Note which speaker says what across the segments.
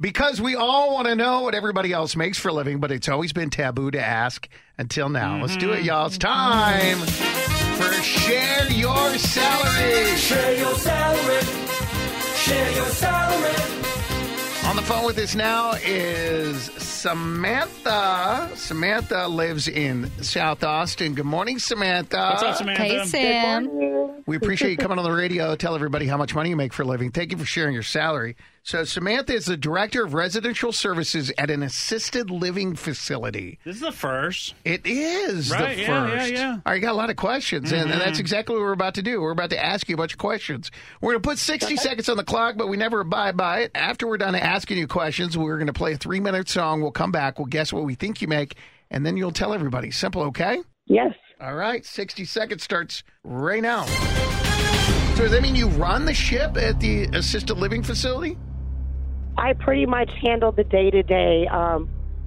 Speaker 1: Because we all want to know what everybody else makes for a living, but it's always been taboo to ask until now. Let's do it, y'all. It's time for Share Your Salary.
Speaker 2: Share your salary. Share your salary.
Speaker 1: On the phone with us now is Samantha. Samantha lives in South Austin. Good morning, Samantha.
Speaker 3: What's up, Samantha?
Speaker 4: Hey, Sam.
Speaker 1: We appreciate you coming on the radio. Tell everybody how much money you make for a living. Thank you for sharing your salary. So, Samantha is the director of residential services at an assisted living facility.
Speaker 3: This is the first.
Speaker 1: It is
Speaker 3: Right,
Speaker 1: the
Speaker 3: yeah, yeah,
Speaker 1: first.
Speaker 3: yeah. Mm-hmm.
Speaker 1: All right, got a lot of questions, and- and that's exactly what we're about to do. We're about to ask you a bunch of questions. We're going to put 60 seconds on the clock, but we never abide by it. After we're done asking you questions, we're going to play a three minute song. We'll come back, we'll guess what we think you make, and then you'll tell everybody. Simple, okay?
Speaker 5: Yes.
Speaker 1: All right, 60 seconds starts right now. So, does that mean you run the ship at the assisted living facility?
Speaker 5: I pretty much handle the day to day,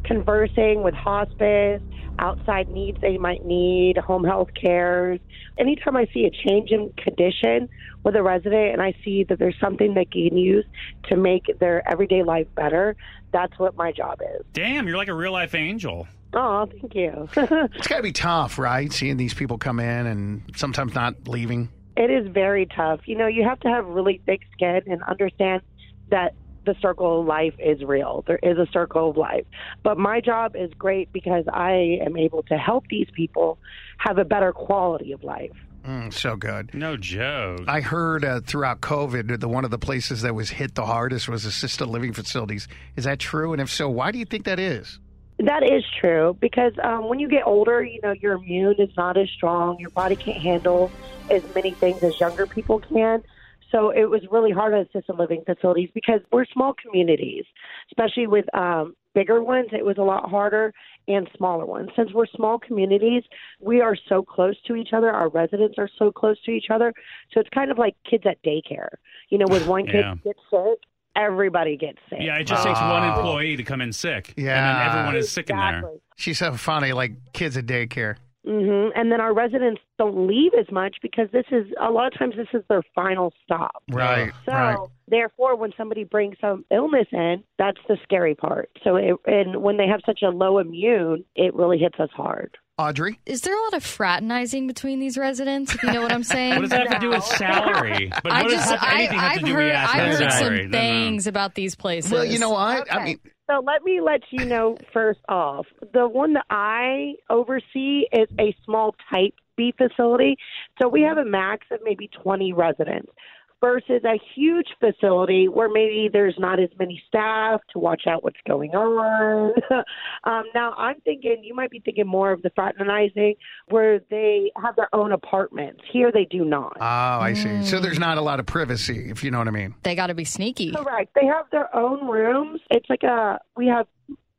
Speaker 5: conversing with hospice, outside needs they might need, home health cares. Anytime I see a change in condition with a resident and I see that there's something they can use to make their everyday life better, that's what my job is.
Speaker 3: Damn, you're like a real life angel.
Speaker 5: Oh, thank you.
Speaker 1: It's got to be tough, right? Seeing these people come in and sometimes not leaving.
Speaker 5: it is very tough. You know, you have to have really thick skin and understand that the circle of life is real. There is a circle of life. But my job is great because I am able to help these people have a better quality of life.
Speaker 1: Mm, so good.
Speaker 3: No joke.
Speaker 1: I heard uh, throughout COVID that one of the places that was hit the hardest was assisted living facilities. Is that true? And if so, why do you think that is?
Speaker 5: That is true because um, when you get older, you know, your immune is not as strong. Your body can't handle as many things as younger people can. So it was really hard on assisted living facilities because we're small communities, especially with um, bigger ones. It was a lot harder and smaller ones. Since we're small communities, we are so close to each other. Our residents are so close to each other. So it's kind of like kids at daycare. You know, when one kid
Speaker 3: Yeah.
Speaker 5: gets sick, everybody gets sick.
Speaker 3: Yeah, it just takes one employee to come in sick. And
Speaker 1: Yeah.
Speaker 3: then everyone is sick in
Speaker 5: exactly.
Speaker 3: there.
Speaker 1: She's so funny, like kids at daycare.
Speaker 5: hmm And then our residents don't leave as much because this is a lot of times this is their final stop.
Speaker 1: Right,
Speaker 5: So
Speaker 1: right.
Speaker 5: therefore, when somebody brings some illness in, that's the scary part. So it, and when they have such a low immune, it really hits us hard.
Speaker 1: Audrey?
Speaker 4: Is there a lot of fraternizing between these residents, if you know what I'm saying?
Speaker 3: What does that have to do with salary? But what
Speaker 4: I
Speaker 3: does
Speaker 4: just,
Speaker 3: that have
Speaker 4: I,
Speaker 3: anything have
Speaker 4: I've
Speaker 3: to do with
Speaker 4: heard,
Speaker 3: asking
Speaker 4: I've
Speaker 3: for
Speaker 4: heard
Speaker 3: salary?
Speaker 4: some
Speaker 3: No, no.
Speaker 4: things about these places.
Speaker 1: Well, you know what? I mean,
Speaker 5: So let me let you know first off, the one that I oversee is a small type B facility. So we have a max of maybe 20 residents versus a huge facility where maybe there's not as many staff to watch out what's going on. um, now I'm thinking you might be thinking more of the fraternizing where they have their own apartments. Here they do not.
Speaker 1: oh, I see. So there's not a lot of privacy, if you know what I mean.
Speaker 4: They got to be sneaky.
Speaker 5: Correct. They have their own rooms. It's like a we have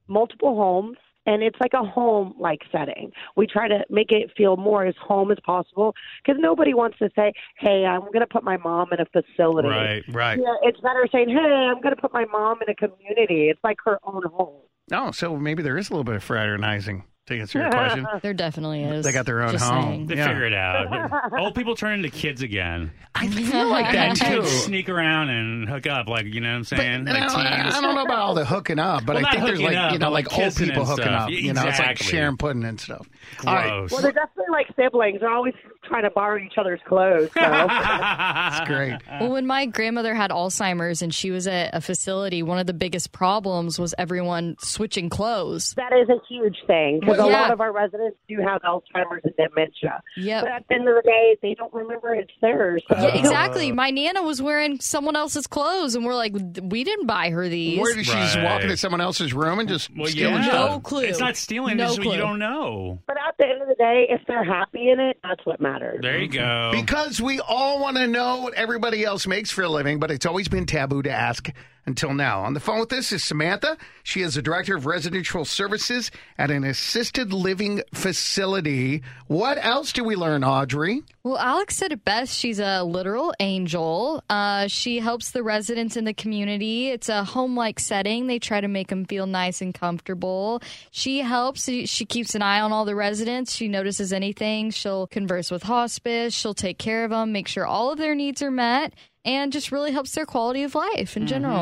Speaker 5: multiple homes and it's like a home like setting. We try to make it feel more as home as possible cuz nobody wants to say, "Hey, I'm going to put my mom in a facility."
Speaker 3: Right.
Speaker 1: Right.
Speaker 5: Yeah, it's better saying, "Hey, I'm going to put my mom in a community." It's like her own home.
Speaker 1: Oh, so maybe there is a little bit of fraternizing to answer your question.
Speaker 4: There definitely is.
Speaker 1: They got their own
Speaker 4: Just
Speaker 1: home.
Speaker 4: saying.
Speaker 3: They
Speaker 1: Yeah.
Speaker 3: figure it out. Old people turn into kids again.
Speaker 1: I feel like that
Speaker 3: And
Speaker 1: too.
Speaker 3: kids sneak around and hook up, like, you know what I'm
Speaker 1: But,
Speaker 3: saying?
Speaker 1: and
Speaker 3: like
Speaker 1: I, don't,
Speaker 3: teens.
Speaker 1: I don't know about all the hooking up, but
Speaker 3: Well,
Speaker 1: I
Speaker 3: not
Speaker 1: think there's like
Speaker 3: hooking up,
Speaker 1: you know,
Speaker 3: but, like,
Speaker 1: like old
Speaker 3: kissing
Speaker 1: people
Speaker 3: and
Speaker 1: hooking
Speaker 3: stuff.
Speaker 1: up.
Speaker 3: Yeah,
Speaker 1: You know, it's like
Speaker 3: exactly.
Speaker 1: sharing pudding and stuff. All right.
Speaker 3: Gross.
Speaker 5: Well, they're definitely like siblings. They're always trying to borrow each other's clothes. So.
Speaker 1: That's great.
Speaker 4: Well, when my grandmother had Alzheimer's and she was at a facility, one of the biggest problems was everyone switching clothes.
Speaker 5: That is a huge thing because
Speaker 4: Well,
Speaker 5: a
Speaker 4: yeah.
Speaker 5: lot of our residents do have Alzheimer's and dementia.
Speaker 4: Yep.
Speaker 5: But at the end of the day, they don't remember it's theirs. So.
Speaker 1: Oh.
Speaker 4: Yeah, exactly. My nana was wearing someone else's clothes, and we're like, we didn't buy her these.
Speaker 1: Where did she just
Speaker 3: Right.
Speaker 1: walk into someone else's room and just
Speaker 3: Well,
Speaker 1: steal
Speaker 3: yeah.
Speaker 1: stuff?
Speaker 4: No clue.
Speaker 3: It's not stealing.
Speaker 4: No
Speaker 3: it's just
Speaker 4: clue.
Speaker 3: you don't know.
Speaker 5: But at the end of the day, if they're happy in it, that's what matters.
Speaker 3: There you go.
Speaker 1: Because we all want to know what everybody else makes for a living, but it's always been taboo to ask until now. On the phone with us is Samantha. She is the director of residential services at an assisted living facility. What else do we learn, Audrey?
Speaker 4: Well, Alex said it best. She's a literal angel. Uh, she helps the residents in the community. It's a home like setting. They try to make them feel nice and comfortable. She helps. She keeps an eye on all the residents. She notices anything. She'll converse with hospice. She'll take care of them, make sure all of their needs are met, and just really helps their quality of life in general.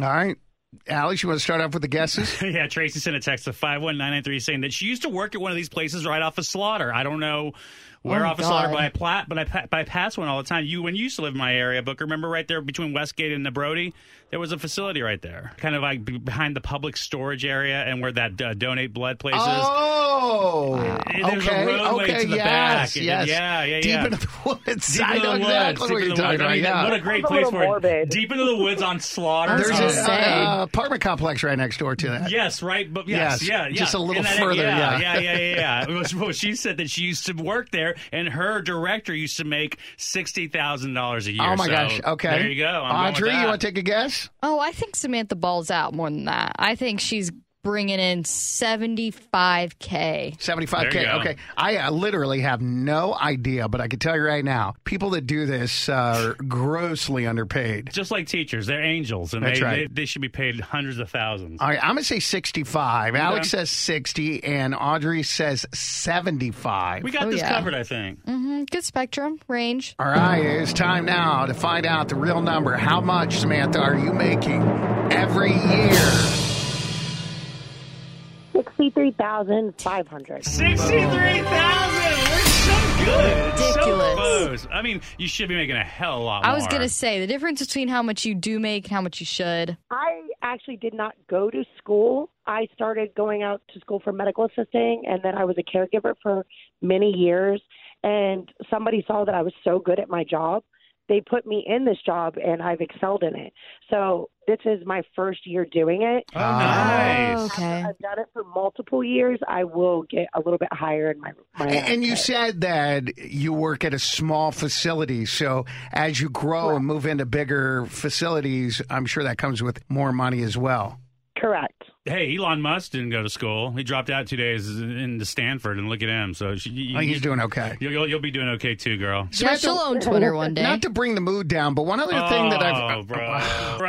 Speaker 1: All right. Alex, you want to start off with the guesses?
Speaker 3: yeah, Tracy sent a text to 51993 saying that she used to work at one of these places right off of Slaughter. I don't know where
Speaker 4: Oh,
Speaker 3: off of Slaughter,
Speaker 4: God.
Speaker 3: but I, plat, but, I pa- but I pass one all the time. You When you used to live in my area, Booker, remember right there between Westgate and the Brody? There was a facility right there, kind of like be- behind the public storage area and where that uh, donate blood place is.
Speaker 1: Oh,
Speaker 3: Yeah, there's a roadway to the
Speaker 1: yes,
Speaker 3: back. It-
Speaker 1: Yes,
Speaker 3: yeah, yeah,
Speaker 1: Deep
Speaker 3: yeah.
Speaker 1: into the woods.
Speaker 3: Deep
Speaker 1: I
Speaker 3: into
Speaker 1: know
Speaker 3: the woods,
Speaker 1: exactly
Speaker 3: deep
Speaker 1: what
Speaker 3: into
Speaker 1: you're
Speaker 3: the
Speaker 1: talking
Speaker 3: woods. I
Speaker 1: about.
Speaker 3: mean,
Speaker 1: Yeah.
Speaker 3: What a great
Speaker 5: Sounds a
Speaker 3: place
Speaker 5: little
Speaker 3: for it.
Speaker 5: morbid.
Speaker 3: Deep into the woods on Slaughter.
Speaker 1: There's
Speaker 4: I
Speaker 1: an
Speaker 4: was gonna say.
Speaker 1: uh, apartment complex right next door to that.
Speaker 3: Yes, right. But yes,
Speaker 1: Yes,
Speaker 3: yeah, yeah.
Speaker 1: just a little
Speaker 3: In that-
Speaker 1: further,
Speaker 3: Yeah,
Speaker 1: yeah.
Speaker 3: yeah, yeah, yeah. yeah. It was- well, she said that she used to work there, and her director used to make sixty thousand dollars a year.
Speaker 1: Oh my
Speaker 3: So
Speaker 1: gosh. Okay.
Speaker 3: there you go. I'm going with
Speaker 1: Audrey, you
Speaker 3: that.
Speaker 1: want to take a guess?
Speaker 4: Oh, I think Samantha balls out more than that. I think she's bringing in 75K.
Speaker 3: There you
Speaker 1: 75K.
Speaker 3: go.
Speaker 1: Okay. I uh, literally have no idea, but I can tell you right now, people that do this are grossly underpaid.
Speaker 3: just like teachers, they're angels, and
Speaker 1: That's
Speaker 3: they,
Speaker 1: right.
Speaker 3: they they should be paid hundreds of thousands.
Speaker 1: All right, I'm going to say 65. Alex says 60, and Audrey says 75.
Speaker 3: we got
Speaker 4: Oh,
Speaker 3: this
Speaker 4: yeah.
Speaker 3: covered, I think.
Speaker 4: hmm Good spectrum, range.
Speaker 1: All right, it is time now to find out the real number. How much, Samantha, are you making every year?
Speaker 5: 63,500.
Speaker 3: Sixty-three thousand. We're
Speaker 1: Mm-hmm.
Speaker 3: so good.
Speaker 4: Ridiculous.
Speaker 3: So close. I mean, you should be making a hell of a lot.
Speaker 4: I was
Speaker 3: more.
Speaker 4: gonna say the difference between how much you do make and how much you should.
Speaker 5: I actually did not go to school. I started going out to school for medical assisting, and then I was a caregiver for many years. And somebody saw that I was so good at my job. They put me in this job, and I've excelled in it. So this is my first year doing it.
Speaker 3: Oh, nice.
Speaker 4: Oh, okay.
Speaker 5: I've done it for multiple years. I will get a little bit higher in my. my uh,
Speaker 1: And and you
Speaker 5: pay.
Speaker 1: said that you work at a small facility. So as you grow and move into bigger facilities, I'm sure that comes with more money as well.
Speaker 5: correct.
Speaker 3: Hey, Elon Musk didn't go to school. He dropped out two days into Stanford, and look at him. So she, you,
Speaker 1: Oh, he's doing okay.
Speaker 3: You'll, you'll, you'll be doing okay too, girl.
Speaker 4: Yeah, she'll own Twitter one day.
Speaker 1: Not to bring the mood down, but one other thing that I've.
Speaker 3: Oh, bro. bro.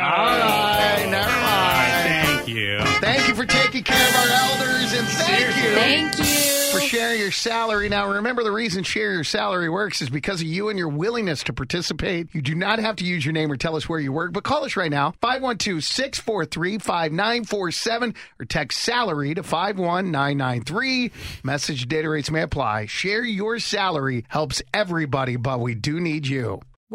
Speaker 1: All right, never mind.
Speaker 3: Thank you.
Speaker 1: Thank you for taking care of our elders, and thank you.
Speaker 4: Thank you.
Speaker 1: for sharing your salary. Now, remember the reason Share Your Salary works is because of you and your willingness to participate. You do not have to use your name or tell us where you work, but call us right now, 512 643 5947, or text salary to 51993. Message data rates may apply. Share Your Salary helps everybody, but we do need you.
Speaker 6: Hmm,